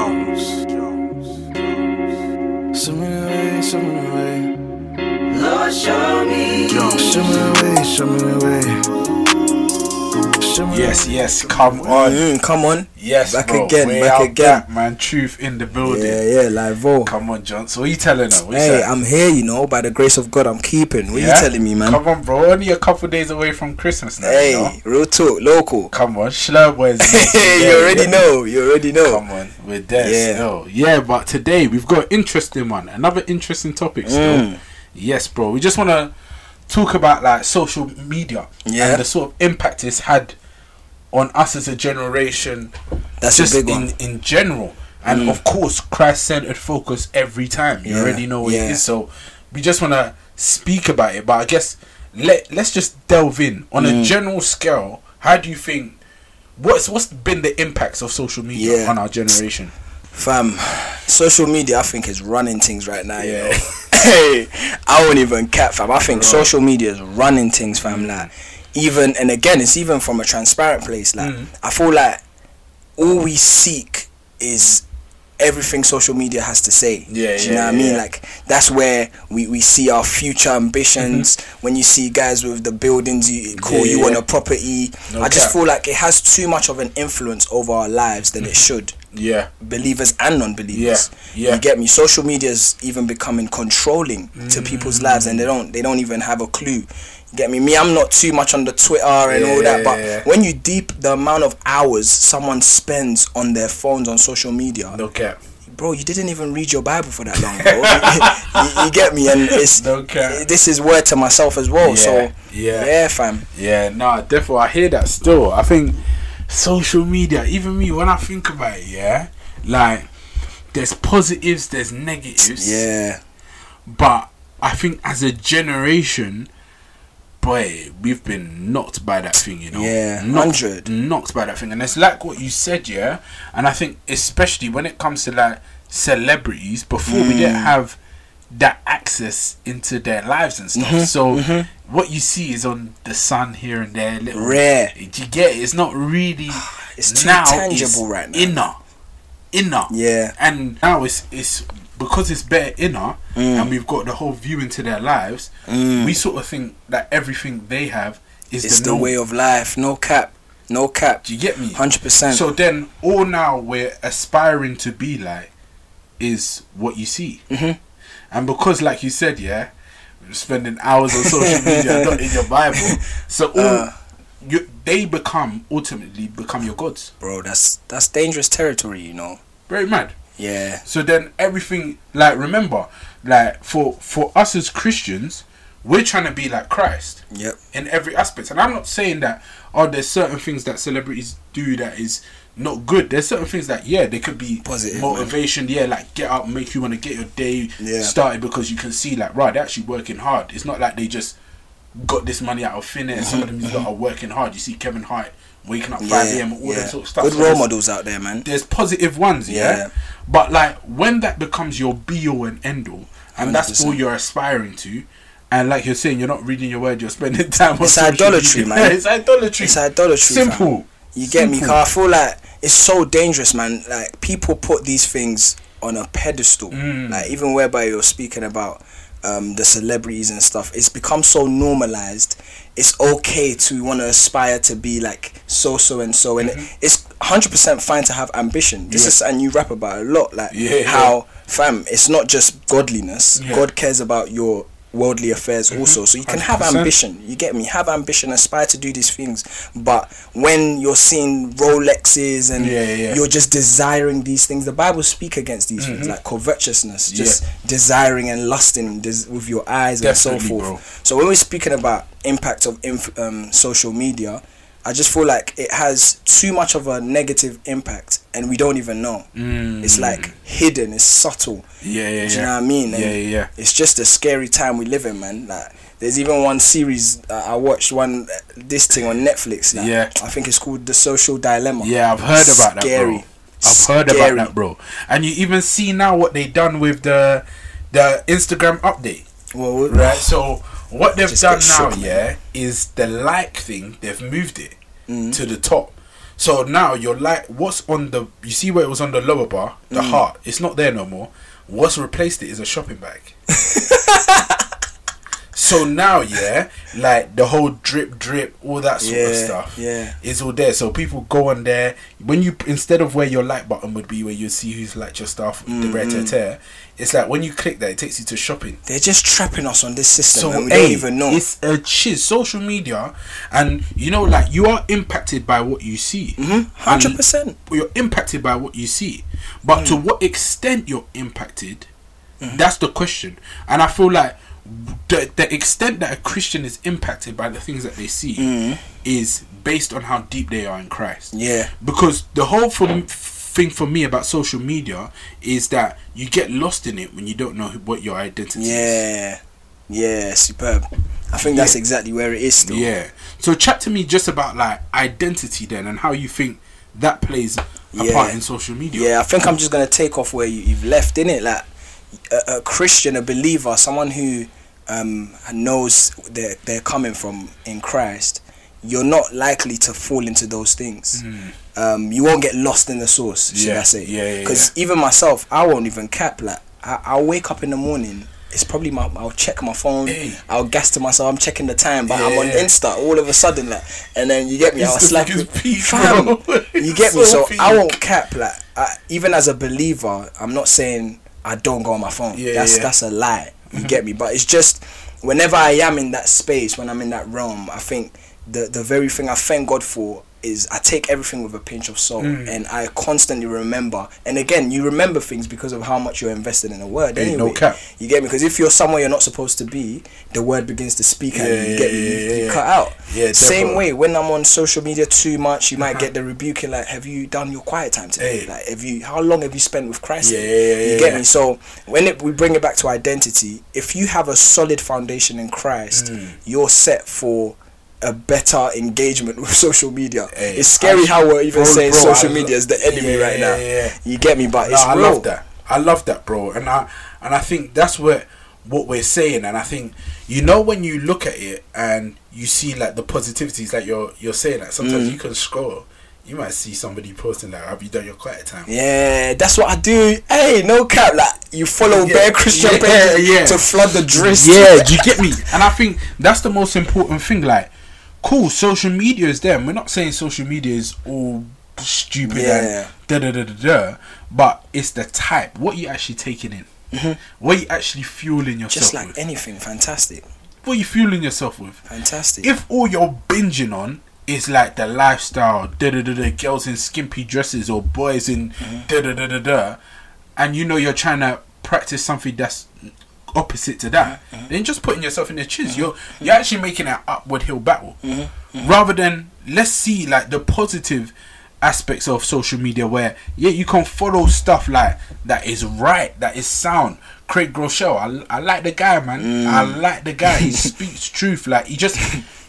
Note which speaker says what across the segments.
Speaker 1: Jones.
Speaker 2: Show me the way, show me the way.
Speaker 3: Lord, show me.
Speaker 1: Jones.
Speaker 2: Show me the way, show me the way. Show me
Speaker 4: Yes, yes, come on.
Speaker 5: Mm, come on.
Speaker 4: Yes,
Speaker 5: Back
Speaker 4: bro.
Speaker 5: again,
Speaker 4: Way
Speaker 5: back
Speaker 4: out
Speaker 5: again.
Speaker 4: back, man. Truth in the building.
Speaker 5: Yeah, yeah, like Vo.
Speaker 4: Come on, John. So what you telling her? What you
Speaker 5: Hey,
Speaker 4: saying?
Speaker 5: I'm here, you know, by the grace of God, I'm keeping. What
Speaker 4: Yeah?
Speaker 5: you telling me, man?
Speaker 4: Come on, bro. Only a couple days away from Christmas now.
Speaker 5: hey,
Speaker 4: You know?
Speaker 5: real talk, local.
Speaker 4: Come on, Schlurboys.
Speaker 5: Hey, you already know, you already know.
Speaker 4: Come on, we're there
Speaker 5: Yeah.
Speaker 4: still. Yeah, but today we've got an interesting one. Another interesting topic still.
Speaker 5: Mm.
Speaker 4: Yes, bro. We just want to talk about like social media
Speaker 5: Yeah.
Speaker 4: and the sort of impact it's had on us as a generation.
Speaker 5: That's
Speaker 4: just
Speaker 5: a big
Speaker 4: in,
Speaker 5: one. Mm.
Speaker 4: in general. And of course, Christ centered focus every time. You
Speaker 5: Yeah,
Speaker 4: already know what
Speaker 5: yeah.
Speaker 4: it is. So we just want to speak about it. But I guess let let's just delve in on
Speaker 5: Mm.
Speaker 4: a general scale. How do you think? What's what's been the impacts of social media
Speaker 5: Yeah.
Speaker 4: on our generation?
Speaker 5: Fam, social media, I think, is running things right now,
Speaker 4: Yeah.
Speaker 5: you know. hey, I won't even cap, fam. I think social media is running things, fam. Like, even, and again, it's even from a transparent place. Like,
Speaker 4: Mm.
Speaker 5: I feel like all we seek is everything social media has to say.
Speaker 4: Yeah,
Speaker 5: Do you
Speaker 4: yeah,
Speaker 5: know what I
Speaker 4: yeah,
Speaker 5: mean?
Speaker 4: yeah.
Speaker 5: Like that's where we, we see our future ambitions. When you see guys with the buildings you call
Speaker 4: Mm-hmm. Yeah,
Speaker 5: you
Speaker 4: yeah,
Speaker 5: on
Speaker 4: yeah.
Speaker 5: a property.
Speaker 4: No
Speaker 5: I just
Speaker 4: cap. Mm.
Speaker 5: feel like it has too much of an influence over our lives than it should.
Speaker 4: Yeah,
Speaker 5: Believers and non believers.
Speaker 4: Yeah, yeah.
Speaker 5: You get me? Social media's even becoming controlling to
Speaker 4: Mm.
Speaker 5: people's lives and they don't they don't even have a clue. You get me? Me, I'm not too much on the Twitter and
Speaker 4: Yeah,
Speaker 5: all that, but
Speaker 4: yeah, yeah.
Speaker 5: when you deep the amount of hours someone spends on their phones on social media,
Speaker 4: no cap.
Speaker 5: bro, you didn't even read your Bible for that long, bro. you, you get me? And it's
Speaker 4: No cap.
Speaker 5: this is word to myself as well.
Speaker 4: Yeah,
Speaker 5: so
Speaker 4: yeah.
Speaker 5: fam.
Speaker 4: Yeah, nah, definitely. I hear that still. I think social media, even me, when I think about it, yeah, like there's positives, there's negatives.
Speaker 5: Yeah,
Speaker 4: But I think as a generation, boy, we've been knocked by that thing, you know.
Speaker 5: Yeah,
Speaker 4: knocked,
Speaker 5: 100.
Speaker 4: knocked by that thing, and it's like what you said, yeah. And I think especially when it comes to like celebrities, before we
Speaker 5: Mm.
Speaker 4: didn't have that access into their lives and
Speaker 5: Mm-hmm,
Speaker 4: stuff. So what you see is on the sun here and there, little
Speaker 5: Rare.
Speaker 4: Do You get it? it's not really.
Speaker 5: It's too tangible right now.
Speaker 4: Inner, inner
Speaker 5: yeah,
Speaker 4: and now it's it's because it's better inner
Speaker 5: Mm.
Speaker 4: and we've got the whole view into their lives we sort of think that everything they have is
Speaker 5: it's
Speaker 4: the,
Speaker 5: the
Speaker 4: norm.
Speaker 5: way of life. No cap, no cap.
Speaker 4: do you get me
Speaker 5: Hundred percent.
Speaker 4: so then all now we're aspiring to be like is what you see
Speaker 5: Mhm.
Speaker 4: and because like you said yeah we're spending hours on social media not in your bible so all
Speaker 5: Uh.
Speaker 4: you, they become ultimately become your gods
Speaker 5: bro, that's that's dangerous territory. You know.
Speaker 4: very mad
Speaker 5: Yeah,
Speaker 4: So then everything like remember, like for for us as Christians, we're trying to be like Christ
Speaker 5: yep.
Speaker 4: in every aspect. And I'm not saying that oh there's certain things that celebrities do that is not good. There's certain things that yeah, they could be
Speaker 5: Positive, man.
Speaker 4: motivation, yeah, like get up, make you want to get your day
Speaker 5: Yeah.
Speaker 4: started because you can see like right, they're actually working hard. It's not like they just got this money out of thin air. Some of them that are working hard. You see Kevin Hart waking up five
Speaker 5: Mm-hmm. yeah,
Speaker 4: AM all
Speaker 5: yeah.
Speaker 4: that sort of stuff.
Speaker 5: Good
Speaker 4: So
Speaker 5: role
Speaker 4: there's-
Speaker 5: models out there, man.
Speaker 4: there's positive ones, yeah?
Speaker 5: Yeah.
Speaker 4: But like when that becomes your be all and end all, and that's
Speaker 5: 100%.
Speaker 4: all you're aspiring to, and like you're saying, you're not reading your word, you're spending time on
Speaker 5: It's
Speaker 4: social
Speaker 5: idolatry,
Speaker 4: media.
Speaker 5: man.
Speaker 4: it's idolatry.
Speaker 5: It's idolatry. fam.
Speaker 4: Simple.
Speaker 5: You get me?
Speaker 4: Simple.
Speaker 5: 'Cause I feel like it's so dangerous, man. Like people put these things on a pedestal.
Speaker 4: Mm.
Speaker 5: Like even whereby you're speaking about um, the celebrities and stuff, it's become so normalized. It's okay to want to aspire to be like so so and so, and it's hundred percent fine to have ambition.
Speaker 4: Mm-hmm.
Speaker 5: This
Speaker 4: Yeah.
Speaker 5: is and you rap about a lot, like
Speaker 4: Yeah, yeah.
Speaker 5: how fam, it's not just godliness.
Speaker 4: Yeah. Mm-hmm.
Speaker 5: God cares about your worldly affairs also, so you can have
Speaker 4: 100%.
Speaker 5: ambition ambition. You get me? Have ambition, aspire to do these things. But when you're seeing Rolexes and
Speaker 4: Yeah, yeah, yeah. Mm-hmm.
Speaker 5: you're just desiring these things, the Bible speak against these things like covetousness, just
Speaker 4: Yeah.
Speaker 5: desiring and lusting des- with your eyes and
Speaker 4: Definitely,
Speaker 5: so forth.
Speaker 4: bro.
Speaker 5: So when we're speaking about impact of inf- um, social media, I just feel like it has too much of a negative impact, and we don't even know. It's
Speaker 4: Mm.
Speaker 5: like hidden. It's subtle.
Speaker 4: Yeah, yeah, yeah.
Speaker 5: Do you know what I mean? eh? And
Speaker 4: Yeah, yeah, yeah.
Speaker 5: It's just a scary time we live in, man. Like, there's even one series uh, I watched, one uh, this thing on Netflix. Like,
Speaker 4: Yeah.
Speaker 5: I think it's called The Social Dilemma.
Speaker 4: Yeah, I've heard about
Speaker 5: Scary.
Speaker 4: that, bro. I've heard
Speaker 5: Scary.
Speaker 4: about that, bro. And you even see now what they done with the the Instagram update.
Speaker 5: Well, we-
Speaker 4: Right. So what they've
Speaker 5: Just
Speaker 4: done
Speaker 5: get
Speaker 4: now,
Speaker 5: shook, man. Mm.
Speaker 4: yeah, is the like thing. They've moved it to the top. So now you're like, what's on the? You see where it was on the lower bar, the
Speaker 5: Mm.
Speaker 4: heart. It's not there no more. What's replaced it is a shopping bag. so now, yeah, like the whole drip, drip, all that sort of
Speaker 5: Yeah,
Speaker 4: stuff.
Speaker 5: yeah.
Speaker 4: it's all there. So people go on there. When you instead of where your like button would be, where you see who's liked your stuff,
Speaker 5: Mm,
Speaker 4: the red tear tear. It's like when you click that, it takes you to shopping.
Speaker 5: They're just trapping us on this system,
Speaker 4: So
Speaker 5: and we
Speaker 4: hey,
Speaker 5: don't even know.
Speaker 4: It's a chiz social media, and you know, like you are impacted by what you see.
Speaker 5: Mm-hmm. Hundred
Speaker 4: And
Speaker 5: percent.
Speaker 4: you're impacted by what you see, but
Speaker 5: Mm.
Speaker 4: to what extent you're impacted,
Speaker 5: Mm-hmm.
Speaker 4: that's the question. And I feel like the, the extent that a Christian is impacted by the things that they see is based on how deep they are in Christ.
Speaker 5: Mm-hmm. Yeah.
Speaker 4: Because the whole for, thing for me about social media is that you get lost in it when you don't know who- what your identity is.
Speaker 5: Yeah, yeah, superb. I think that's exactly where it is still.
Speaker 4: Yeah. So chat to me just about like identity then and how you think that plays a
Speaker 5: Yeah.
Speaker 4: part in social media.
Speaker 5: Yeah, I think I'm just gonna take off where you, you've left, innit? Like a, a Christian, a believer, someone who um, knows they're they're coming from in Christ. You're not likely to fall into those things. Um, you won't get lost in the source, should
Speaker 4: Hmm. Yeah,
Speaker 5: I say?
Speaker 4: yeah, yeah,
Speaker 5: Because even myself, I won't even cap. Like I, I'll wake up in the morning. It's probably my. I'll check my phone.
Speaker 4: Hey.
Speaker 5: I'll gas to myself. I'm checking the time, but I'm on
Speaker 4: Yeah.
Speaker 5: Insta all of a sudden, like, and then you get me. I was
Speaker 4: It's
Speaker 5: like,
Speaker 4: like it's peak,
Speaker 5: fam,
Speaker 4: bro.
Speaker 5: you get me.
Speaker 4: It's so
Speaker 5: So I
Speaker 4: peak.
Speaker 5: won't cap like I, even as a believer i'm not saying i don't go on my phone
Speaker 4: Yeah,
Speaker 5: that's
Speaker 4: yeah. Mm-hmm.
Speaker 5: that's a lie you get me but it's just whenever i am in that space when i'm in that realm i think the the very thing i thank god for is i take everything with a pinch of salt
Speaker 4: Mm.
Speaker 5: and i constantly remember and again you remember things because of how much you're invested in the word
Speaker 4: Ain't no
Speaker 5: anyway
Speaker 4: cap.
Speaker 5: you get me because if you're somewhere you're not supposed to be the word begins to speak at
Speaker 4: Yeah,
Speaker 5: you you get me
Speaker 4: yeah,
Speaker 5: you,
Speaker 4: yeah,
Speaker 5: you
Speaker 4: yeah.
Speaker 5: cut out
Speaker 4: Yeah,
Speaker 5: same
Speaker 4: definitely.
Speaker 5: way when i'm on social media too much you might get the rebuking like have you done your quiet time
Speaker 4: Uh-huh.
Speaker 5: today
Speaker 4: Hey.
Speaker 5: like have you how long have you spent with christ
Speaker 4: Yeah, yeah, yeah,
Speaker 5: you get
Speaker 4: yeah.
Speaker 5: me so when it, we bring it back to identity if you have a solid foundation in christ
Speaker 4: Mm.
Speaker 5: you're set for a better engagement with social media
Speaker 4: Hey,
Speaker 5: it's scary
Speaker 4: I-
Speaker 5: how we're even
Speaker 4: bro,
Speaker 5: saying
Speaker 4: bro,
Speaker 5: social
Speaker 4: I lo-
Speaker 5: media is the enemy
Speaker 4: Yeah,
Speaker 5: right
Speaker 4: yeah,
Speaker 5: now
Speaker 4: yeah.
Speaker 5: you get me but
Speaker 4: No,
Speaker 5: it's
Speaker 4: I
Speaker 5: real
Speaker 4: love that. I love that, bro. And I and I think that's what what we're saying. And I think you know when you look at it and you see like the positivities, like you're you're saying that
Speaker 5: Mm.
Speaker 4: sometimes you can scroll, you might see somebody posting like, "Have you done your quiet time?"
Speaker 5: Yeah, that's what I do. Hey, no cap. Like you follow
Speaker 4: Yeah,
Speaker 5: bare Christian
Speaker 4: yeah,
Speaker 5: pages
Speaker 4: yeah.
Speaker 5: to flood the drist.
Speaker 4: Yeah, do you get me? And I think that's the most important thing. Like, cool, social media is there. and We're not saying social media is all stupid
Speaker 5: Yeah.
Speaker 4: and da da da da da, but it's the type. What you actually taking in? What you actually fueling yourself
Speaker 5: Mm-hmm. Just like
Speaker 4: with?
Speaker 5: anything, fantastic,
Speaker 4: What you fueling yourself with?
Speaker 5: fantastic.
Speaker 4: if all you're binging on is like the lifestyle, da da da da, girls in skimpy dresses or boys in da da da da da, and you know you're trying to practice something that's opposite to that, then just putting yourself in the chiz. You're you're actually making an upward hill battle rather than let's see like the positive aspects of social media where yeah you can follow stuff like that is right that is sound craig groeschel I, I like the guy man i
Speaker 5: Mm.
Speaker 4: like the guy he speaks truth like he just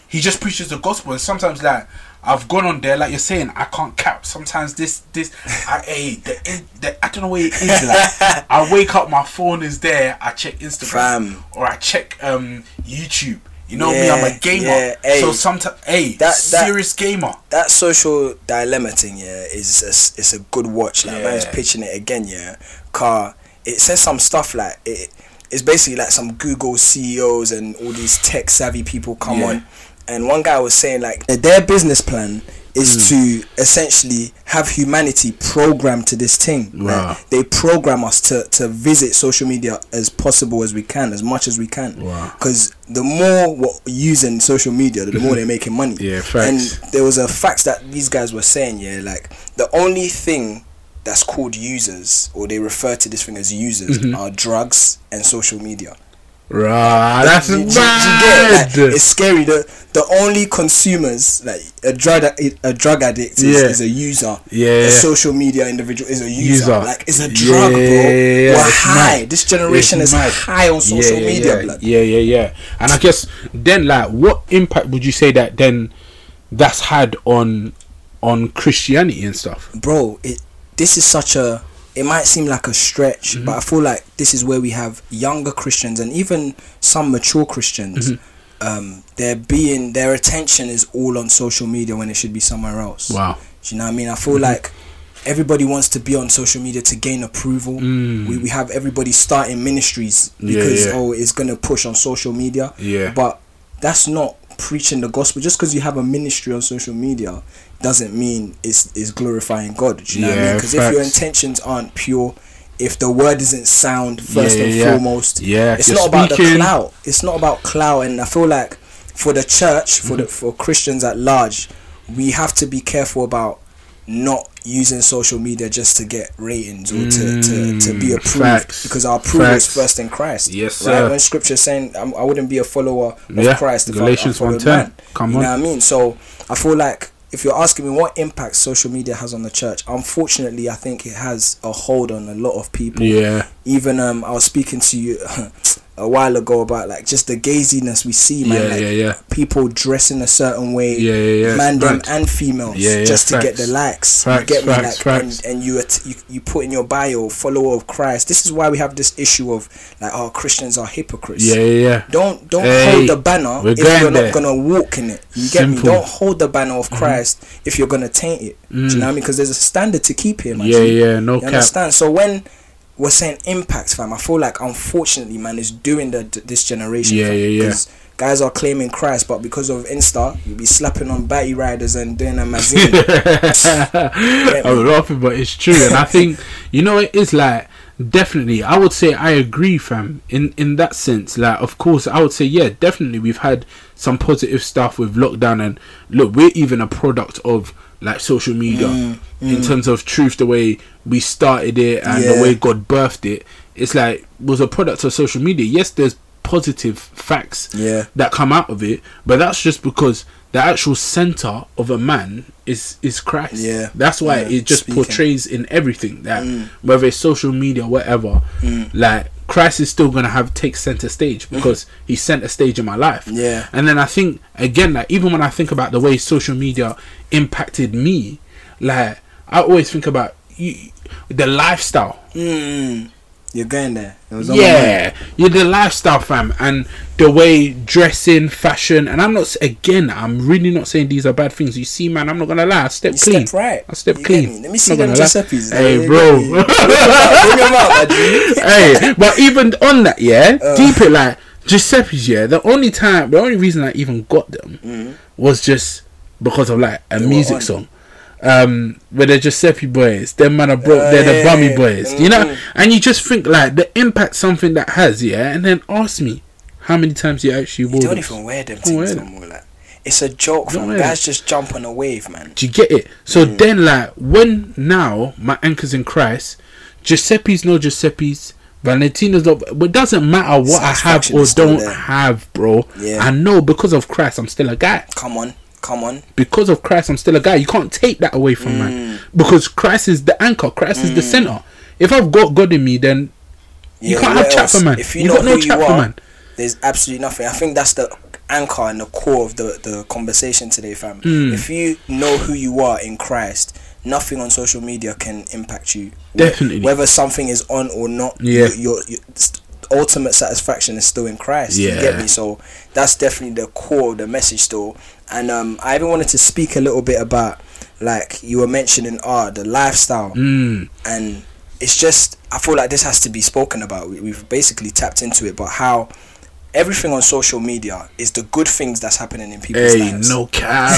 Speaker 4: he just preaches the gospel and sometimes like i've gone on there like you're saying i can't cap sometimes this this i hey, the, eh, the, i don't know where it is like i wake up my phone is there i check instagram
Speaker 5: Fam.
Speaker 4: or i check um youtube you know me i'm
Speaker 5: Yeah,
Speaker 4: a gamer
Speaker 5: yeah, hey.
Speaker 4: so sometimes hey
Speaker 5: That- that-
Speaker 4: serious gamer
Speaker 5: That social dilemma thing, yeah, is a, s- it's a good watch. Like man's
Speaker 4: Yeah.
Speaker 5: pitching it again, yeah. Car, it says some stuff like it. It's basically like some Google CEOs and all these tech savvy people come
Speaker 4: Yeah.
Speaker 5: on, and one guy was saying like that their business plan
Speaker 4: Hmm.
Speaker 5: is to essentially have humanity programmed to this thing.
Speaker 4: Wow.
Speaker 5: Like, they program us to, to visit social media as possible as we can, as much as we can.
Speaker 4: Wow.
Speaker 5: Because the more we're using social media, the more they're making money.
Speaker 4: Yeah, facts.
Speaker 5: And there was a fact that these guys were saying, yeah, like the only thing that's called users, or they refer to this thing as users,
Speaker 4: Mm-hmm.
Speaker 5: are drugs and social media.
Speaker 4: Right, that's
Speaker 5: Do you- do you- do you get it? Like, it's scary. The the only consumers like a drug a drug addict is,
Speaker 4: Yeah.
Speaker 5: is a user.
Speaker 4: Yeah.
Speaker 5: A social media individual is a user.
Speaker 4: User.
Speaker 5: Like it's a drug, bro.
Speaker 4: Yeah, yeah,
Speaker 5: We're
Speaker 4: it's
Speaker 5: high.
Speaker 4: mad.
Speaker 5: This generation
Speaker 4: It's
Speaker 5: is
Speaker 4: mad.
Speaker 5: high on social
Speaker 4: yeah,
Speaker 5: media,
Speaker 4: yeah,
Speaker 5: blood.
Speaker 4: Yeah, yeah, yeah. And I guess then, like, what impact would you say that then that's had on on Christianity and stuff?
Speaker 5: bro, it this is such a it might seem like a stretch, but I feel like this is where we have younger Christians and even some mature Christians. Um, they're being their attention is all on social media when it should be somewhere else.
Speaker 4: Wow.
Speaker 5: Do Do you know what I mean? I feel
Speaker 4: Mm-hmm.
Speaker 5: like everybody wants to be on social media to gain approval.
Speaker 4: Mm.
Speaker 5: We, we have everybody starting ministries
Speaker 4: Yeah,
Speaker 5: because
Speaker 4: yeah.
Speaker 5: oh it's gonna push on social media.
Speaker 4: Yeah.
Speaker 5: But that's not preaching the gospel. Just because you have a ministry on social media doesn't mean it's is glorifying God. Do you know what I mean?
Speaker 4: Yeah,
Speaker 5: Because if your
Speaker 4: facts.
Speaker 5: intentions aren't pure, if the word isn't sound first
Speaker 4: Yeah,
Speaker 5: and
Speaker 4: yeah, yeah.
Speaker 5: foremost,
Speaker 4: Yeah, if
Speaker 5: it's
Speaker 4: you're
Speaker 5: not about the
Speaker 4: speaking-
Speaker 5: clout. It's not about clout, and I feel like for the church, for the for Christians at large, we have to be careful about not using social media just to get ratings or to, to, to be
Speaker 4: Mm,
Speaker 5: approved
Speaker 4: facts,
Speaker 5: because our approval
Speaker 4: facts.
Speaker 5: is first in Christ.
Speaker 4: Yes,
Speaker 5: right?
Speaker 4: sir.
Speaker 5: When Scripture is saying I'm, I wouldn't be a follower of
Speaker 4: Yeah,
Speaker 5: Christ if
Speaker 4: Galatians
Speaker 5: I, I followed
Speaker 4: 1:10.
Speaker 5: man.
Speaker 4: Come
Speaker 5: you
Speaker 4: on.
Speaker 5: know what I mean? So I feel like if you're asking me what impact social media has on the church, unfortunately, I think it has a hold on a lot of people
Speaker 4: Yeah.
Speaker 5: even um I was speaking to you a while ago about like just the gaziness we see man
Speaker 4: Yeah,
Speaker 5: like
Speaker 4: yeah, yeah.
Speaker 5: people dressing a certain way
Speaker 4: Yeah, yeah, yeah.
Speaker 5: man them
Speaker 4: Facts.
Speaker 5: and females
Speaker 4: Yeah, yeah,
Speaker 5: just to get
Speaker 4: facts.
Speaker 5: the likes you
Speaker 4: Facts,
Speaker 5: get me
Speaker 4: facts,
Speaker 5: like
Speaker 4: facts.
Speaker 5: And, and you, at- you you put in your bio follower of Christ this is why we have this issue of like oh Christians are hypocrites
Speaker 4: Yeah, yeah, yeah.
Speaker 5: don't don't
Speaker 4: Hey,
Speaker 5: hold the banner
Speaker 4: we're
Speaker 5: if
Speaker 4: going
Speaker 5: you're
Speaker 4: there.
Speaker 5: not gonna walk in it. You get
Speaker 4: Simple.
Speaker 5: me?
Speaker 4: Mm-hmm.
Speaker 5: Don't hold the banner of Christ if you're gonna taint it. Do you know what I mean? Because there's a standard to keep here, man.
Speaker 4: Mm. Yeah, yeah, no
Speaker 5: you
Speaker 4: cap.
Speaker 5: understand? So when we're saying impact, fam, I feel like unfortunately, man, it's doing the this generation.
Speaker 4: Yeah,
Speaker 5: fam,
Speaker 4: yeah, yeah.
Speaker 5: 'cause Guys are claiming Christ, but because of Insta, you be slapping on batty riders and doing a magazine.
Speaker 4: I'm laughing, but it's true, and I think you know it is like definitely. I would say I agree, fam. In in that sense, like of course, I would say yeah, definitely. We've had some positive stuff with lockdown, and look, we're even a product of like social media
Speaker 5: Mm,
Speaker 4: in terms of truth, the way we started it and the
Speaker 5: Yeah.
Speaker 4: way God birthed it. It's like was a product of social media. Yes, there's positive facts
Speaker 5: Yeah.
Speaker 4: that come out of it, but that's just because the actual center of a man is is Christ.
Speaker 5: Yeah.
Speaker 4: That's why
Speaker 5: Yeah,
Speaker 4: it just
Speaker 5: speaking. Mm.
Speaker 4: portrays in everything that whether it's social media, whatever, like Christ is still gonna have take center stage because he sent a stage in my life.
Speaker 5: Mm. Yeah.
Speaker 4: And then I think again, like even when I think about the way social media impacted me, like I always think about you, the lifestyle
Speaker 5: Mm. You're going there. It was on my mind.
Speaker 4: yeah, yeah, the lifestyle, fam, and the way dressing, fashion, and I'm not s- again. I'm really not saying these are bad things. You see, man, I'm not gonna lie. I step
Speaker 5: You
Speaker 4: clean.
Speaker 5: step right.
Speaker 4: I step
Speaker 5: You get
Speaker 4: clean.
Speaker 5: me? Let
Speaker 4: I'm
Speaker 5: me see
Speaker 4: not
Speaker 5: them
Speaker 4: gonna lie.
Speaker 5: Giuseppe's.
Speaker 4: Hey,
Speaker 5: Like,
Speaker 4: bro.
Speaker 5: Bring 'em out, Adri.
Speaker 4: hey, but even on that, yeah,
Speaker 5: Uh.
Speaker 4: deep it like Giuseppe's. Yeah, the only time, the only reason I even got them was just because of like a
Speaker 5: Mm. were
Speaker 4: music
Speaker 5: on.
Speaker 4: song. Um, where the Giuseppe boys, them man are broke,
Speaker 5: Uh,
Speaker 4: they're the
Speaker 5: yeah,
Speaker 4: bummy
Speaker 5: yeah.
Speaker 4: boys, you know.
Speaker 5: Mhm.
Speaker 4: And you just think like the impact something that has, yeah. And then ask me how many times you actually wore
Speaker 5: You don't
Speaker 4: them.
Speaker 5: even wear them
Speaker 4: Don't wear
Speaker 5: things no
Speaker 4: them.
Speaker 5: more. Like, it's a joke,
Speaker 4: Don't
Speaker 5: fam.
Speaker 4: wear
Speaker 5: Guys just jump on a wave, man.
Speaker 4: Do you get it? So
Speaker 5: Hmm.
Speaker 4: then, like, when now my anchor's in Christ, Giuseppe's no Giuseppe's, Valentino's no, but it doesn't matter what I have
Speaker 5: Satisfaction
Speaker 4: or
Speaker 5: is still
Speaker 4: don't
Speaker 5: there.
Speaker 4: have, bro.
Speaker 5: Yeah.
Speaker 4: I know because of Christ, I'm still a guy.
Speaker 5: Come on, come on.
Speaker 4: Because of Christ, I'm still a guy. You can't take that away from man
Speaker 5: Hmm.
Speaker 4: because Christ is the anchor. Christ is the center. If I've got God in me, then You
Speaker 5: Yeah,
Speaker 4: can't
Speaker 5: what
Speaker 4: have Chapman,
Speaker 5: else?
Speaker 4: man.
Speaker 5: If you,
Speaker 4: You
Speaker 5: know
Speaker 4: got no
Speaker 5: who
Speaker 4: Chapman,
Speaker 5: you are,
Speaker 4: man.
Speaker 5: There's absolutely nothing. I think that's the anchor and the core of the, the conversation today, fam.
Speaker 4: Hmm.
Speaker 5: If you know who you are in Christ, nothing on social media can impact you. Wh-
Speaker 4: Definitely.
Speaker 5: Whether something is on or not,
Speaker 4: Yeah.
Speaker 5: your, your, your st- ultimate satisfaction is still in Christ. You
Speaker 4: Yeah.
Speaker 5: get me? So that's definitely the core of the message still. And um, I even wanted to speak a little bit about, like, you were mentioning, ah, the lifestyle
Speaker 4: Mm,
Speaker 5: and it's just I feel like this has to be spoken about. We, we've basically tapped into it, but how everything on social media is the good things that's happening in people's
Speaker 4: hey,
Speaker 5: lives.
Speaker 4: no cap.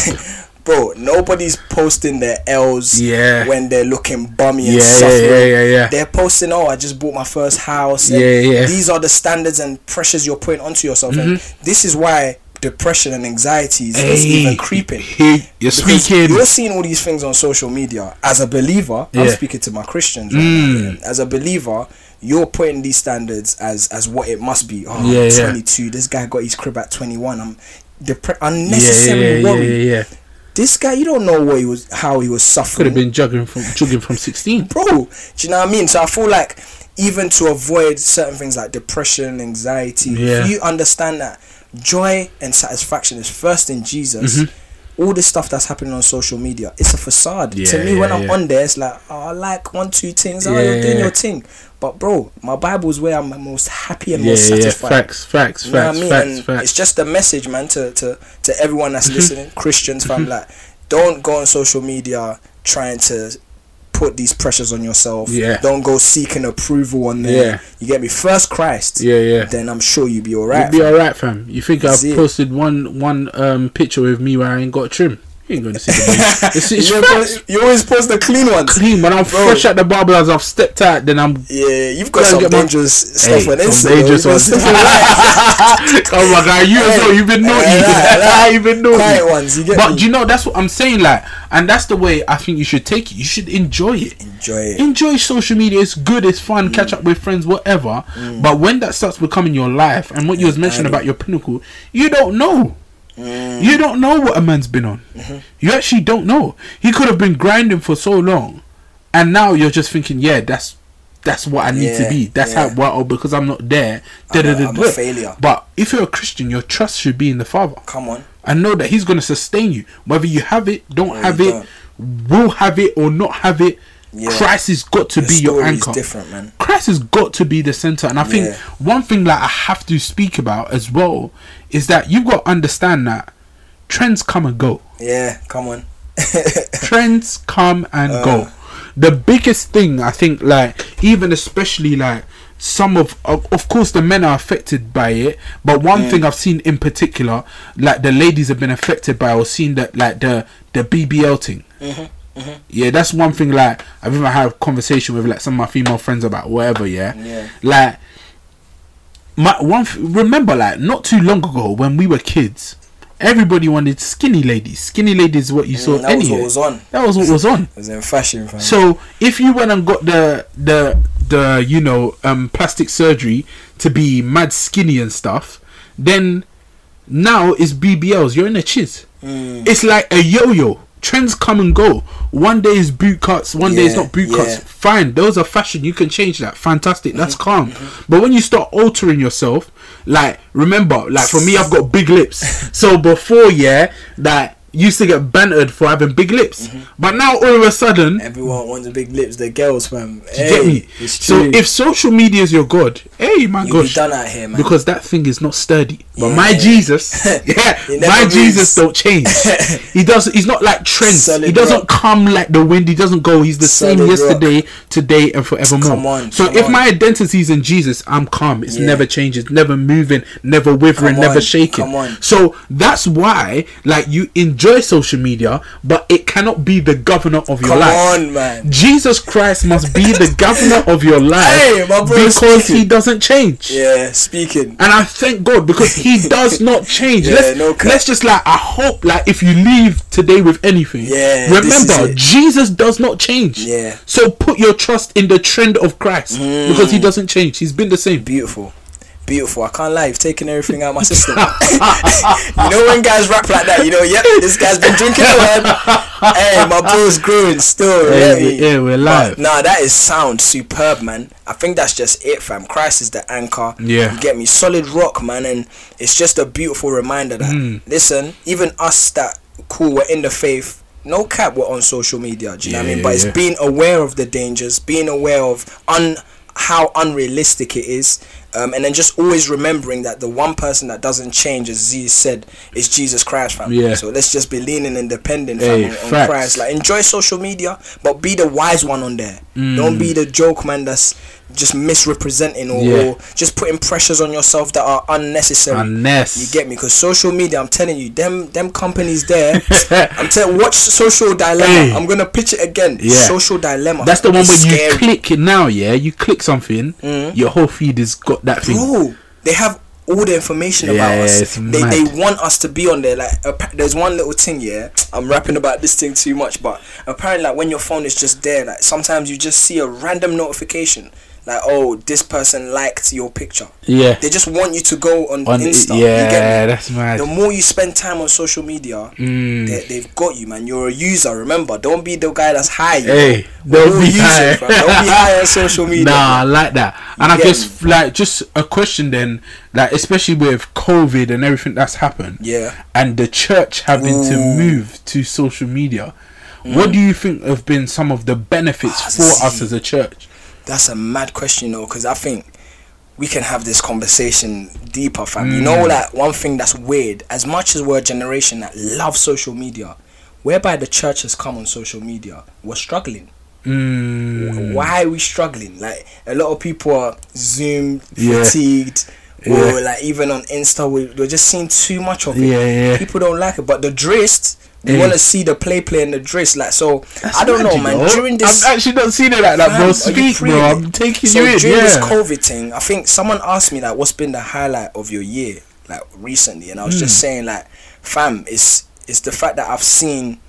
Speaker 5: bro, nobody's posting their L's
Speaker 4: Yeah.
Speaker 5: when they're looking bummy and
Speaker 4: Yeah, yeah,
Speaker 5: suffering.
Speaker 4: yeah, yeah, yeah.
Speaker 5: They're posting, oh, I just bought my first house. and
Speaker 4: Yeah, yeah. Mm-hmm.
Speaker 5: These are the standards and pressures you're putting onto yourself, and this is why depression and anxieties is even creeping.
Speaker 4: Hey, you're
Speaker 5: Because
Speaker 4: speaking.
Speaker 5: You're seeing all these things on social media. As a believer, I'm
Speaker 4: Yeah. Mm.
Speaker 5: speaking to my Christians. Right now, yeah. As a believer, you're putting these standards as as what it must be. Oh, I'm
Speaker 4: Yeah, yeah.
Speaker 5: 22. This guy got his crib at 21. I'm depre- unnecessary
Speaker 4: yeah, yeah,
Speaker 5: worry.
Speaker 4: yeah, yeah.
Speaker 5: This guy, you don't know what he was, how he was
Speaker 4: Could
Speaker 5: suffering
Speaker 4: have been jugging from jugging from 16.
Speaker 5: bro. Do you know what I mean? So I feel like even to avoid certain things like depression, anxiety,
Speaker 4: Yeah.
Speaker 5: if you understand that joy and satisfaction is first in Jesus. All this stuff that's happening on social media, it's a facade.
Speaker 4: Mm-hmm. Yeah,
Speaker 5: to me, when
Speaker 4: yeah,
Speaker 5: I'm
Speaker 4: yeah.
Speaker 5: on there, it's like, oh, I like one, two things. Oh,
Speaker 4: Yeah,
Speaker 5: you're doing
Speaker 4: yeah,
Speaker 5: your
Speaker 4: yeah.
Speaker 5: thing. But, bro, my Bible's where I'm most happy and
Speaker 4: Yeah,
Speaker 5: most
Speaker 4: yeah, yeah.
Speaker 5: satisfied.
Speaker 4: Facts, facts,
Speaker 5: You know what I
Speaker 4: facts,
Speaker 5: mean?
Speaker 4: facts,
Speaker 5: And
Speaker 4: facts.
Speaker 5: It's just a message, man, to to, to everyone that's listening, Christians, fam. Like, don't go on social media trying to put these pressures on yourself.
Speaker 4: Yeah.
Speaker 5: Don't go seeking approval on there.
Speaker 4: Yeah.
Speaker 5: You get me? First Christ.
Speaker 4: Yeah, yeah.
Speaker 5: Then I'm sure you'll be
Speaker 4: You'll
Speaker 5: alright.
Speaker 4: be alright, fam. You think I've
Speaker 5: That's it.
Speaker 4: posted one one um picture with me where I ain't got trim? You ain't gonna see the It's, it's
Speaker 5: you,
Speaker 4: fresh,
Speaker 5: always, you always post the clean ones.
Speaker 4: clean, but I'm fresh at the barbers. I've stepped out, then I'm.
Speaker 5: Yeah, you've got
Speaker 4: Don't
Speaker 5: some
Speaker 4: get my-
Speaker 5: dangerous
Speaker 4: Hey,
Speaker 5: stuff
Speaker 4: some
Speaker 5: on Insta. though.
Speaker 4: dangerous
Speaker 5: You've got
Speaker 4: ones.
Speaker 5: some-
Speaker 4: oh my god, you as
Speaker 5: Hey,
Speaker 4: well. You've been naughty.
Speaker 5: hey, right, right.
Speaker 4: you've been naughty.
Speaker 5: Quiet ones, you get
Speaker 4: but
Speaker 5: me?
Speaker 4: do you know that's what I'm saying, like, and that's the way I think you should take it. You should enjoy it.
Speaker 5: Enjoy it.
Speaker 4: Enjoy social media. It's good. It's fun.
Speaker 5: Mm.
Speaker 4: Catch up with friends, whatever. But when that starts becoming your life, and what you was mentioning about your pinnacle, you don't know.
Speaker 5: Mm,
Speaker 4: You don't know what a man's been on.
Speaker 5: Mm-hmm.
Speaker 4: You actually don't know. He could have been grinding for so long, and now you're just thinking, yeah, that's that's what I need to
Speaker 5: Yeah,
Speaker 4: be. That's
Speaker 5: yeah.
Speaker 4: how well because I'm not there.
Speaker 5: I'm a-
Speaker 4: da-da-da-da.
Speaker 5: I'm a failure.
Speaker 4: But if you're a Christian, your trust should be in the Father.
Speaker 5: Come on.
Speaker 4: And know that He's going to sustain you, whether you have it, don't
Speaker 5: Or
Speaker 4: have
Speaker 5: you
Speaker 4: it, will have it or not have it.
Speaker 5: Yeah.
Speaker 4: Christ has got to
Speaker 5: Your
Speaker 4: be your
Speaker 5: story is
Speaker 4: anchor.
Speaker 5: different, man.
Speaker 4: Christ has got to be the center. And I think
Speaker 5: Yeah.
Speaker 4: one thing that I have to speak about as well is that you've got to understand that trends come and go.
Speaker 5: Yeah, come on.
Speaker 4: Trends come and
Speaker 5: Uh.
Speaker 4: go. The biggest thing I think, like even especially like some of, of of course the men are affected by it, but one thing I've seen in particular, like the ladies have been affected by or seen that like the the BBL thing.
Speaker 5: Mm-hmm,
Speaker 4: Yeah, that's one thing. Like I've even had a conversation with like some of my female friends about whatever. Yeah,
Speaker 5: Yeah.
Speaker 4: like my one. Th- remember, like not too long ago when we were kids, everybody wanted skinny ladies. Skinny ladies, what you saw
Speaker 5: Mm, that was
Speaker 4: anyway.
Speaker 5: what was on.
Speaker 4: That was what was on.
Speaker 5: It was in fashion, fam.
Speaker 4: So if you went and got the the the you know um plastic surgery to be mad skinny and stuff, then now it's BBLs. You're in a chiz.
Speaker 5: Mm.
Speaker 4: It's like a yo-yo. Trends come and go. One day is boot cuts. One day it's
Speaker 5: Yeah,
Speaker 4: not boot
Speaker 5: yeah. Mm-hmm.
Speaker 4: cuts. Fine, those are fashion. You can change that. Fantastic. That's calm. But when you start altering yourself, like remember, like for me, I've got big lips. so before, yeah, that used to get bantered for having big lips.
Speaker 5: Mm-hmm.
Speaker 4: But now all of a sudden,
Speaker 5: Everyone wants the big lips, the girls, fam.
Speaker 4: you
Speaker 5: Hey,
Speaker 4: get me.
Speaker 5: It's
Speaker 4: So
Speaker 5: true.
Speaker 4: if social media is your god, hey my
Speaker 5: You'll
Speaker 4: gosh,
Speaker 5: be done out here, man.
Speaker 4: because that thing is not sturdy. But
Speaker 5: Yeah.
Speaker 4: my Jesus, yeah,
Speaker 5: He never
Speaker 4: my
Speaker 5: moves.
Speaker 4: Jesus don't change. he does. He's not like trends.
Speaker 5: Solid
Speaker 4: he doesn't
Speaker 5: rock.
Speaker 4: come like the wind. He doesn't go. He's the same
Speaker 5: Solid
Speaker 4: yesterday, today, and forevermore.
Speaker 5: Come on,
Speaker 4: so
Speaker 5: come
Speaker 4: if
Speaker 5: on.
Speaker 4: my identity is in Jesus, I'm calm. It's
Speaker 5: Yeah.
Speaker 4: never changes, never moving, never withering,
Speaker 5: Come
Speaker 4: never
Speaker 5: on,
Speaker 4: shaking.
Speaker 5: come on.
Speaker 4: So that's why, like, you enjoy social media, but it cannot be the governor of your
Speaker 5: Come
Speaker 4: life.
Speaker 5: on, man.
Speaker 4: Jesus Christ must be the governor of your life
Speaker 5: Hey, my bro is
Speaker 4: because he
Speaker 5: speaking.
Speaker 4: doesn't change.
Speaker 5: Yeah, speaking.
Speaker 4: And I thank God because he does not change.
Speaker 5: Yeah,
Speaker 4: let's,
Speaker 5: no cap.
Speaker 4: let's just like I hope like if you leave today with anything,
Speaker 5: Yeah, this is
Speaker 4: remember
Speaker 5: it.
Speaker 4: Jesus does not change.
Speaker 5: Yeah. Mm.
Speaker 4: So put your trust in the trend of Christ because he doesn't change. He's been the same.
Speaker 5: Beautiful. Beautiful. I can't lie, you've taken everything out of my system. you know when guys rap like that, you know, yep, this guy's been drinking a lot. Hey, my bro's growing still.
Speaker 4: Yeah,
Speaker 5: you get
Speaker 4: we-
Speaker 5: me?
Speaker 4: yeah, we're
Speaker 5: But
Speaker 4: live.
Speaker 5: Nah, that is sound superb, man. I think that's just it, fam. Christ is the anchor.
Speaker 4: Yeah.
Speaker 5: You get me? Solid rock, man. And it's just a beautiful reminder that,
Speaker 4: Hmm.
Speaker 5: listen, even us that, cool, we're in the faith, no cap, we're on social media. Do you know what
Speaker 4: Yeah,
Speaker 5: I mean?
Speaker 4: yeah,
Speaker 5: But it's
Speaker 4: yeah.
Speaker 5: being aware of the dangers, being aware of un how unrealistic it is, um, and then just always remembering that the one person that doesn't change, as Z said, is Jesus Christ, fam.
Speaker 4: Yeah.
Speaker 5: So let's just be leaning and dependent
Speaker 4: Hey,
Speaker 5: fam, on, on
Speaker 4: facts.
Speaker 5: Christ. Like enjoy social media, but be the wise one on there.
Speaker 4: Mm.
Speaker 5: Don't be the joke man that's just misrepresenting or,
Speaker 4: Yeah.
Speaker 5: or just putting pressures on yourself that are unnecessary. You
Speaker 4: Unless
Speaker 5: get me? Because social media, I'm telling you, them them companies there. I'm telling watch social dilemma.
Speaker 4: Hey.
Speaker 5: I'm gonna pitch it again.
Speaker 4: Yeah.
Speaker 5: Social dilemma.
Speaker 4: that's the one
Speaker 5: It's
Speaker 4: where you
Speaker 5: scary. Mm.
Speaker 4: click it now, yeah. You click something, your whole feed has got that thing.
Speaker 5: Bro, they have all the information
Speaker 4: Yeah,
Speaker 5: about us.
Speaker 4: it's
Speaker 5: They,
Speaker 4: mad.
Speaker 5: they want us to be on there. Like, appa- there's one little thing, yeah. I'm rapping about this thing too much, but apparently, like, when your phone is just there, like, sometimes you just see a random notification. Like, oh, this person liked your picture.
Speaker 4: Yeah.
Speaker 5: They just want you to go on,
Speaker 4: On
Speaker 5: Insta. you
Speaker 4: yeah,
Speaker 5: get me?
Speaker 4: that's mad.
Speaker 5: The more you spend time on social media,
Speaker 4: Mm.
Speaker 5: they, they've got you, man. You're a user. Remember, don't be the guy that's high. you
Speaker 4: Hey,
Speaker 5: know? We're
Speaker 4: don't
Speaker 5: all
Speaker 4: be
Speaker 5: users,
Speaker 4: high.
Speaker 5: fam. Don't be high on social media.
Speaker 4: Nah, I like that. And I
Speaker 5: get
Speaker 4: guess like just a question then, like especially with COVID and everything that's happened.
Speaker 5: Yeah. Mm.
Speaker 4: And the church having to
Speaker 5: Ooh.
Speaker 4: move to social media. What do you think have been some of the benefits
Speaker 5: Mm. Ah,
Speaker 4: for us
Speaker 5: see.
Speaker 4: as a church?
Speaker 5: That's a mad question, though, because I think we can have this conversation deeper,
Speaker 4: Mm.
Speaker 5: fam. You know, like one thing that's weird. As much as we're a generation that loves social media, whereby the church has come on social media, we're struggling.
Speaker 4: Mm.
Speaker 5: Why are we struggling? Like a lot of people are Zoom
Speaker 4: Yeah.
Speaker 5: fatigued.
Speaker 4: Yeah.
Speaker 5: Or like even on Insta, we, we're just seeing too much of it.
Speaker 4: Yeah, yeah.
Speaker 5: People don't like it, but the drist, we
Speaker 4: Yeah.
Speaker 5: want to see the play play and the drist. Like so, I don't know,
Speaker 4: Imagine,
Speaker 5: man.
Speaker 4: though.
Speaker 5: During this,
Speaker 4: I've actually not seen it like that,
Speaker 5: Fam,
Speaker 4: bro.
Speaker 5: are you
Speaker 4: Speak, bro.
Speaker 5: free?
Speaker 4: I'm taking
Speaker 5: so
Speaker 4: you in.
Speaker 5: during
Speaker 4: Yeah.
Speaker 5: this COVID thing, I think someone asked me like, "What's been the highlight of your year?" Like recently, and I was
Speaker 4: Hmm.
Speaker 5: just saying like, "Fam, it's it's the fact that I've seen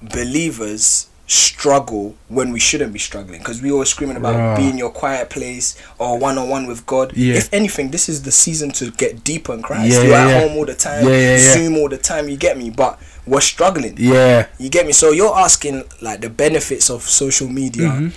Speaker 5: believers." struggle when we shouldn't be struggling because we always screaming about
Speaker 4: Bruh.
Speaker 5: being your quiet place or one-on-one with god
Speaker 4: Yeah.
Speaker 5: if anything this is the season to get deeper in christ
Speaker 4: Yeah,
Speaker 5: you're
Speaker 4: yeah,
Speaker 5: at
Speaker 4: yeah.
Speaker 5: home all the time
Speaker 4: Yeah, yeah, yeah.
Speaker 5: zoom all the time you get me but we're struggling
Speaker 4: yeah.
Speaker 5: you get me? So you're asking like the benefits of social media
Speaker 4: Mm-hmm.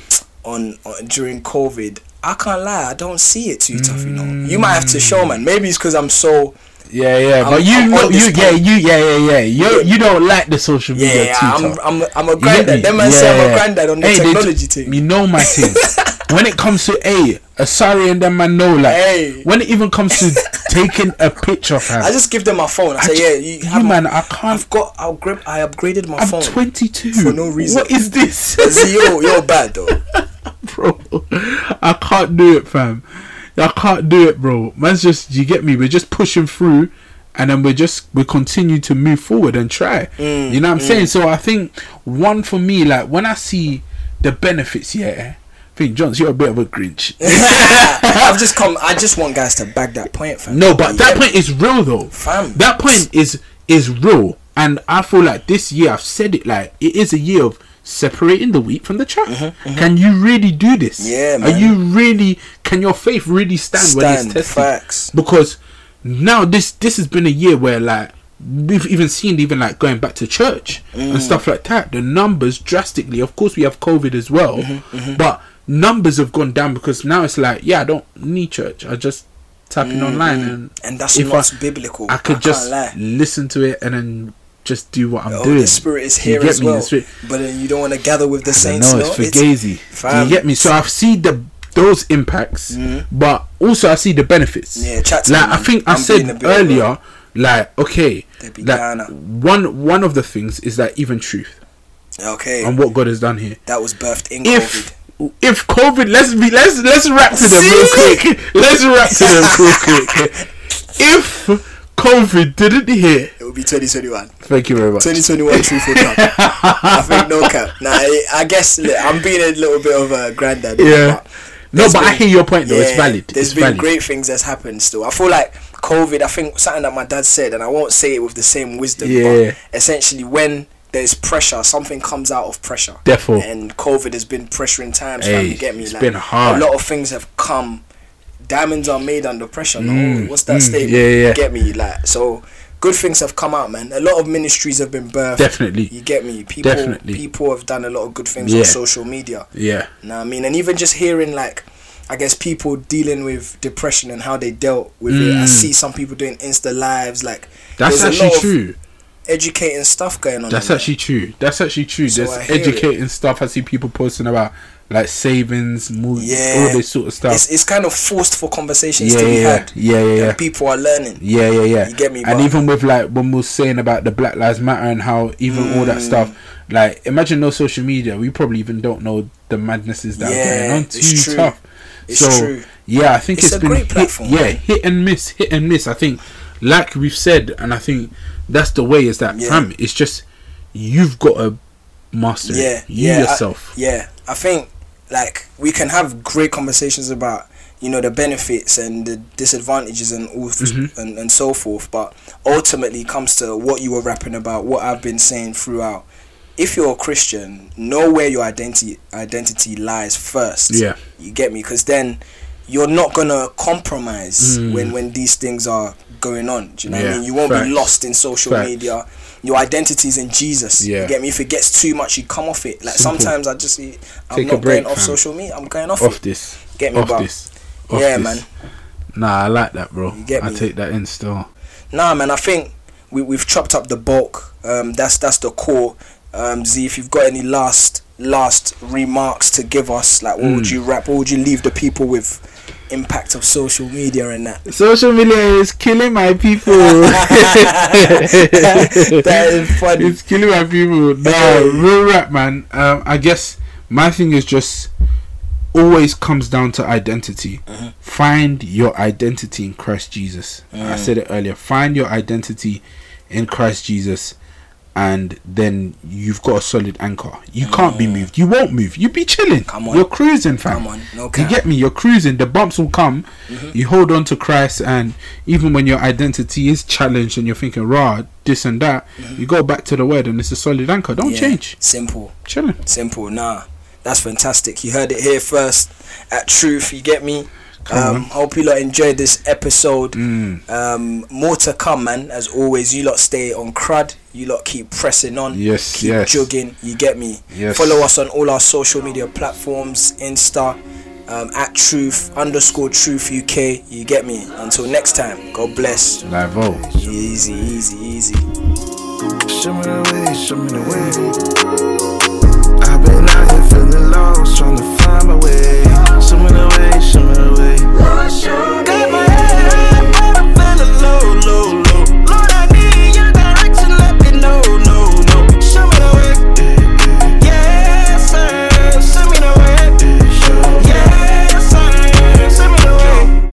Speaker 5: on, on during COVID. I can't lie, I don't see it too tough. You know, you might have to show,
Speaker 4: Mm.
Speaker 5: man. Maybe it's because I'm so
Speaker 4: Yeah, yeah,
Speaker 5: I'm-
Speaker 4: but you
Speaker 5: I'm
Speaker 4: know,
Speaker 5: on
Speaker 4: you,
Speaker 5: this
Speaker 4: yeah,
Speaker 5: point.
Speaker 4: you, yeah, yeah, yeah. You,
Speaker 5: Yeah.
Speaker 4: you don't like the social
Speaker 5: yeah,
Speaker 4: media too
Speaker 5: I'm,
Speaker 4: tough.
Speaker 5: I'm I'm a
Speaker 4: You get
Speaker 5: granddad.
Speaker 4: me?
Speaker 5: Them man say I'm a granddad on the
Speaker 4: Hey, they
Speaker 5: technology
Speaker 4: do-
Speaker 5: thing.
Speaker 4: You know my thing. when it comes to a Asari and them man know like
Speaker 5: Hey.
Speaker 4: when it even comes to taking a picture of her.
Speaker 5: I just give them my phone. I,
Speaker 4: I
Speaker 5: say,
Speaker 4: ju-
Speaker 5: yeah, you,
Speaker 4: you
Speaker 5: have-
Speaker 4: man, I can't.
Speaker 5: I've got. I'll grip. I upgraded my
Speaker 4: I'm
Speaker 5: phone.
Speaker 4: 22
Speaker 5: for no reason.
Speaker 4: What is this,
Speaker 5: See, yo, you're bad though.
Speaker 4: bro? I can't do it, fam. I can't do it, bro. Man's just you get me. We're just pushing through, and then we're just we continue to move forward and try. you know what I'm saying? So I think one for me, like when I see the benefits, yeah. I think Johns, you're a bit of a Grinch.
Speaker 5: I've just come. I just want guys to bag that point, fam.
Speaker 4: No, but
Speaker 5: You
Speaker 4: that
Speaker 5: get me?
Speaker 4: point is real though.
Speaker 5: Fam.
Speaker 4: That point is is real, and I feel like this year I've said it like it is a year of separating the wheat from the chaff. Can you really do this?
Speaker 5: Mm-hmm, Yeah,
Speaker 4: Are
Speaker 5: man.
Speaker 4: you really? Can your faith really stand, when
Speaker 5: Stand,
Speaker 4: it's tested?
Speaker 5: facts.
Speaker 4: Because now this this has been a year where like we've even seen even like going back to church
Speaker 5: Mm.
Speaker 4: and stuff like that. The numbers drastically. Of course, we have COVID as well,
Speaker 5: Mm-hmm,
Speaker 4: but numbers have gone down because now it's like yeah, I don't need church. I just typing online and
Speaker 5: And that's
Speaker 4: if
Speaker 5: not
Speaker 4: I,
Speaker 5: biblical.
Speaker 4: I could
Speaker 5: Mm-hmm. can't
Speaker 4: just
Speaker 5: lie.
Speaker 4: listen to it and then just do what I'm
Speaker 5: Oh,
Speaker 4: doing.
Speaker 5: the spirit is
Speaker 4: You
Speaker 5: here
Speaker 4: get
Speaker 5: as
Speaker 4: me? The
Speaker 5: well.
Speaker 4: spirit-
Speaker 5: But then you don't want to gather with the
Speaker 4: I
Speaker 5: saints.
Speaker 4: know it's
Speaker 5: no?
Speaker 4: for gazy. Do
Speaker 5: fam. Mm-hmm.
Speaker 4: you get me? So I see the those impacts, but also I see the benefits.
Speaker 5: Yeah, chat to me,
Speaker 4: like I
Speaker 5: man.
Speaker 4: think I
Speaker 5: I'm being a
Speaker 4: said
Speaker 5: bit of a-
Speaker 4: earlier, like okay,
Speaker 5: They be Ghana.
Speaker 4: that one one of the things is that even truth
Speaker 5: Okay,
Speaker 4: and what God has done here.
Speaker 5: that was birthed in
Speaker 4: If if COVID, let's be let's let's wrap to them real
Speaker 5: See?
Speaker 4: quick. Let's wrap to them real quick. If COVID didn't hit,
Speaker 5: COVID. It would be 2021.
Speaker 4: thank you very much.
Speaker 5: 2021 truth or cap. I think no cap. Nah, I, I guess look, I'm being a little bit of a granddad.
Speaker 4: Yeah. No,
Speaker 5: there's
Speaker 4: but I
Speaker 5: been-
Speaker 4: hear your point though. it's
Speaker 5: yeah,
Speaker 4: valid.
Speaker 5: There's
Speaker 4: it's
Speaker 5: been
Speaker 4: valid.
Speaker 5: great things that's happened still. I feel like COVID, I think something that my dad said, and I won't say it with the same wisdom,
Speaker 4: Yeah.
Speaker 5: but essentially when there's pressure, something comes out of pressure.
Speaker 4: Therefore.
Speaker 5: And COVID has been pressuring times, fam,
Speaker 4: Hey,
Speaker 5: you get me?
Speaker 4: it's been hard.
Speaker 5: A lot of things have come. Diamonds are made under pressure. No, what's that
Speaker 4: mm,
Speaker 5: statement?
Speaker 4: yeah, yeah.
Speaker 5: You get me? Like, so good things have come out, man. A lot of ministries have been birthed.
Speaker 4: Definitely.
Speaker 5: You get me? People,
Speaker 4: Definitely.
Speaker 5: people have done a lot of good things
Speaker 4: Yeah.
Speaker 5: on social media.
Speaker 4: Yeah.
Speaker 5: Know what I mean? And even just hearing like I guess people dealing with depression and how they dealt with it. I
Speaker 4: Mm.
Speaker 5: see some people doing Insta lives, like
Speaker 4: That's
Speaker 5: there's a
Speaker 4: actually
Speaker 5: lot of
Speaker 4: true.
Speaker 5: educating stuff going on. in
Speaker 4: That's
Speaker 5: there.
Speaker 4: actually true. That's actually true.
Speaker 5: So I
Speaker 4: There's
Speaker 5: hear it.
Speaker 4: educating stuff. I see people posting about like savings, movies,
Speaker 5: Yeah.
Speaker 4: all this sort of stuff.
Speaker 5: it's, it's kind of forced for conversations
Speaker 4: yeah,
Speaker 5: to be
Speaker 4: yeah,
Speaker 5: had.
Speaker 4: yeah, yeah, yeah.
Speaker 5: And people are learning.
Speaker 4: Yeah, yeah, yeah.
Speaker 5: You get me,
Speaker 4: And
Speaker 5: but-
Speaker 4: even with like when we we're saying about the Black Lives Matter and how even all
Speaker 5: Mm.
Speaker 4: that stuff, like imagine no social media, we probably even don't know the madnesses that
Speaker 5: Yeah,
Speaker 4: are going on. Too
Speaker 5: it's true.
Speaker 4: tough.
Speaker 5: It's
Speaker 4: so
Speaker 5: true.
Speaker 4: yeah, I think
Speaker 5: It's a
Speaker 4: been
Speaker 5: great
Speaker 4: hit,
Speaker 5: platform,
Speaker 4: yeah,
Speaker 5: man.
Speaker 4: hit and miss, hit and miss. I think, like we've said, and I think that's the way is that
Speaker 5: Yeah.
Speaker 4: fam. It's just you've got to master
Speaker 5: Yeah,
Speaker 4: it. You
Speaker 5: yeah, I-
Speaker 4: yourself.
Speaker 5: yeah, I think like we can have great conversations about you know the benefits and the disadvantages and all
Speaker 4: Mm-hmm.
Speaker 5: and, and so forth, but ultimately comes to what you were rapping about, what I've been saying throughout. If you're a Christian, know where your identity identity lies first.
Speaker 4: Yeah.
Speaker 5: you get me, because then you're not gonna compromise when when these things are going on. Do you know what
Speaker 4: Mm. Yeah,
Speaker 5: I mean? You won't
Speaker 4: facts.
Speaker 5: be lost in social
Speaker 4: Facts.
Speaker 5: media. Your identity's in Jesus.
Speaker 4: Yeah.
Speaker 5: You get me? If it gets too much, you come off it. Like
Speaker 4: Simple.
Speaker 5: sometimes I just I'm
Speaker 4: Take a
Speaker 5: not
Speaker 4: break,
Speaker 5: going off
Speaker 4: fam.
Speaker 5: social media. I'm going off,
Speaker 4: Off
Speaker 5: it.
Speaker 4: this.
Speaker 5: Get me,
Speaker 4: off
Speaker 5: bro.
Speaker 4: this. Off
Speaker 5: Yeah,
Speaker 4: this.
Speaker 5: man.
Speaker 4: Nah, I like that, bro.
Speaker 5: You get
Speaker 4: I
Speaker 5: me?
Speaker 4: take that in still.
Speaker 5: Nah, man. I think we we've chopped up the bulk. Um, that's that's the core. Um, Z, if you've got any last last remarks to give us? Like, what
Speaker 4: Hmm.
Speaker 5: would you wrap? What would you leave the people with? Impact of social media and that.
Speaker 4: Social media is killing my people.
Speaker 5: that is funny.
Speaker 4: It's killing my people. No, real rap, man. Um, I guess my thing is just always comes down to identity.
Speaker 5: Mm-hmm.
Speaker 4: Find your identity in Christ Jesus. I
Speaker 5: Mm.
Speaker 4: said it earlier. Find your identity in Christ Jesus, and then you've got a solid anchor. You can't be moved. You won't move. You be chilling.
Speaker 5: Mm. Come on.
Speaker 4: You're cruising, fam.
Speaker 5: Come on, no
Speaker 4: you
Speaker 5: cap.
Speaker 4: get me. You're cruising. The bumps will come. You hold on to Christ, and even when your identity is challenged and you're thinking, "Rah, this and that," you go back to the word, and it's a solid anchor. Don't
Speaker 5: Yeah,
Speaker 4: change.
Speaker 5: Simple.
Speaker 4: Chilling.
Speaker 5: Simple, nah. That's fantastic. You heard it here first at Truth. You get me? Um, hope you lot enjoyed this episode.
Speaker 4: Mm.
Speaker 5: Um, more to come, man. As always, you lot stay on crud. You lot keep pressing on.
Speaker 4: Yes,
Speaker 5: keep
Speaker 4: yes.
Speaker 5: jogging. You get me?
Speaker 4: Yes.
Speaker 5: Follow us on all our social media platforms Insta, um, at Truth, underscore Truth UK. You get me? Until next time, God bless.
Speaker 4: Live vote.
Speaker 5: Easy, easy, easy.
Speaker 2: Show me the way, show me the way. I've been out here feeling lost, trying to find my way. Show me the